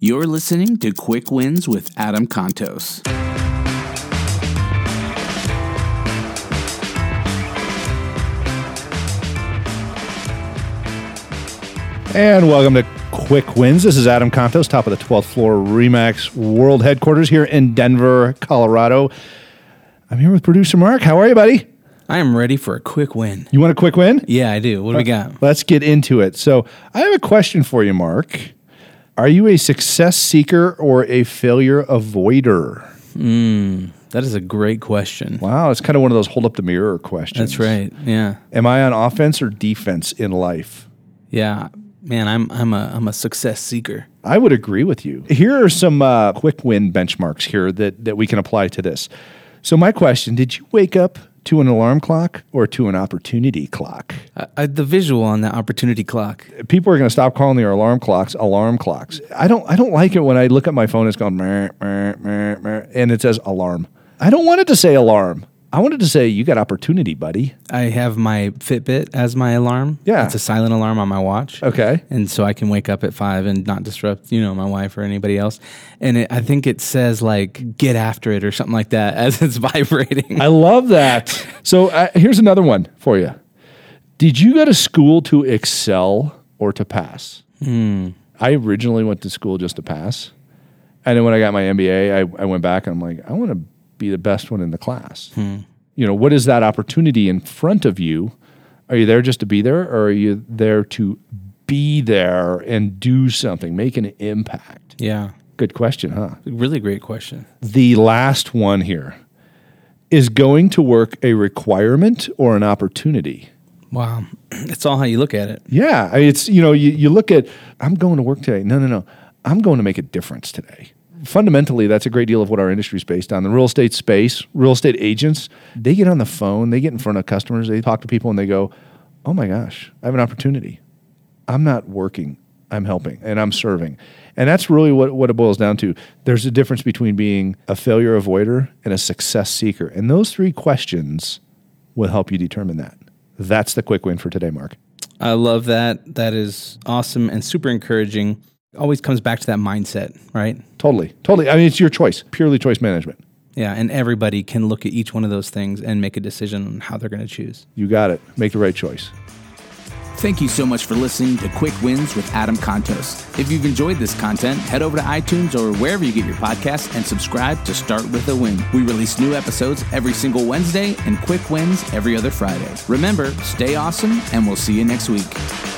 You're listening to Quick Wins with Adam Contos. And welcome to Quick Wins. This is Adam Contos, top of the 12th floor Remax World Headquarters here in Denver, Colorado. I'm here with producer Mark. How are you, buddy? I am ready for a quick win. You want a quick win? Yeah, I do. What do we got? Let's get into it. So, I have a question for you, Mark. Are you a success seeker or a failure avoider? That is a great question. Wow, it's kind of one of those hold up the mirror questions. That's right. Yeah. Am I on offense or defense in life? Yeah. Man, I'm I'm a I'm a success seeker. I would agree with you. Here are some uh, quick win benchmarks here that, that we can apply to this. So, my question did you wake up to an alarm clock or to an opportunity clock? I, I, the visual on that opportunity clock. People are going to stop calling their alarm clocks alarm clocks. I don't, I don't like it when I look at my phone, it's going "Mer, mer, mer, mer," and it says alarm. I don't want it to say alarm. I wanted to say, you got opportunity, buddy. I have my Fitbit as my alarm. Yeah. It's a silent alarm on my watch. Okay. And so I can wake up at five and not disrupt, you know, my wife or anybody else. And it, I think it says like "get after it" or something like that as it's vibrating. I love that. so uh, here's another one for you. Did you go to school to excel or to pass? I originally went to school just to pass. And then when I got my MBA, I, I went back and I'm like, I want to be the best one in the class. You know, what is that opportunity in front of you? Are you there just to be there or are you there to be there and do something, make an impact? yeah. Good question, huh? Really great question. the last one here is going to work a requirement or an opportunity Wow. It's all how you look at it. yeah I mean, it's you know you, you look at i'm going to work today no no no i'm going to make a difference today fundamentally that's a great deal of what our industry is based on the real estate space real estate agents they get on the phone they get in front of customers they talk to people and they go oh my gosh i have an opportunity I'm not working. I'm helping and I'm serving. And that's really what, what it boils down to. There's a difference between being a failure avoider and a success seeker. And those three questions will help you determine that. That's the quick win for today, Mark. I love that. That is awesome and super encouraging. Always comes back to that mindset, right? Totally. Totally. I mean, it's your choice, purely choice management. Yeah, and everybody can look at each one of those things and make a decision on how they're going to choose. You got it. Make the right choice. Thank you so much for listening to Quick Wins with Adam Contos. If you've enjoyed this content, head over to iTunes or wherever you get your podcasts and subscribe to Start With a Win. We release new episodes every single Wednesday and Quick Wins every other Friday. Remember, stay awesome, and we'll see you next week.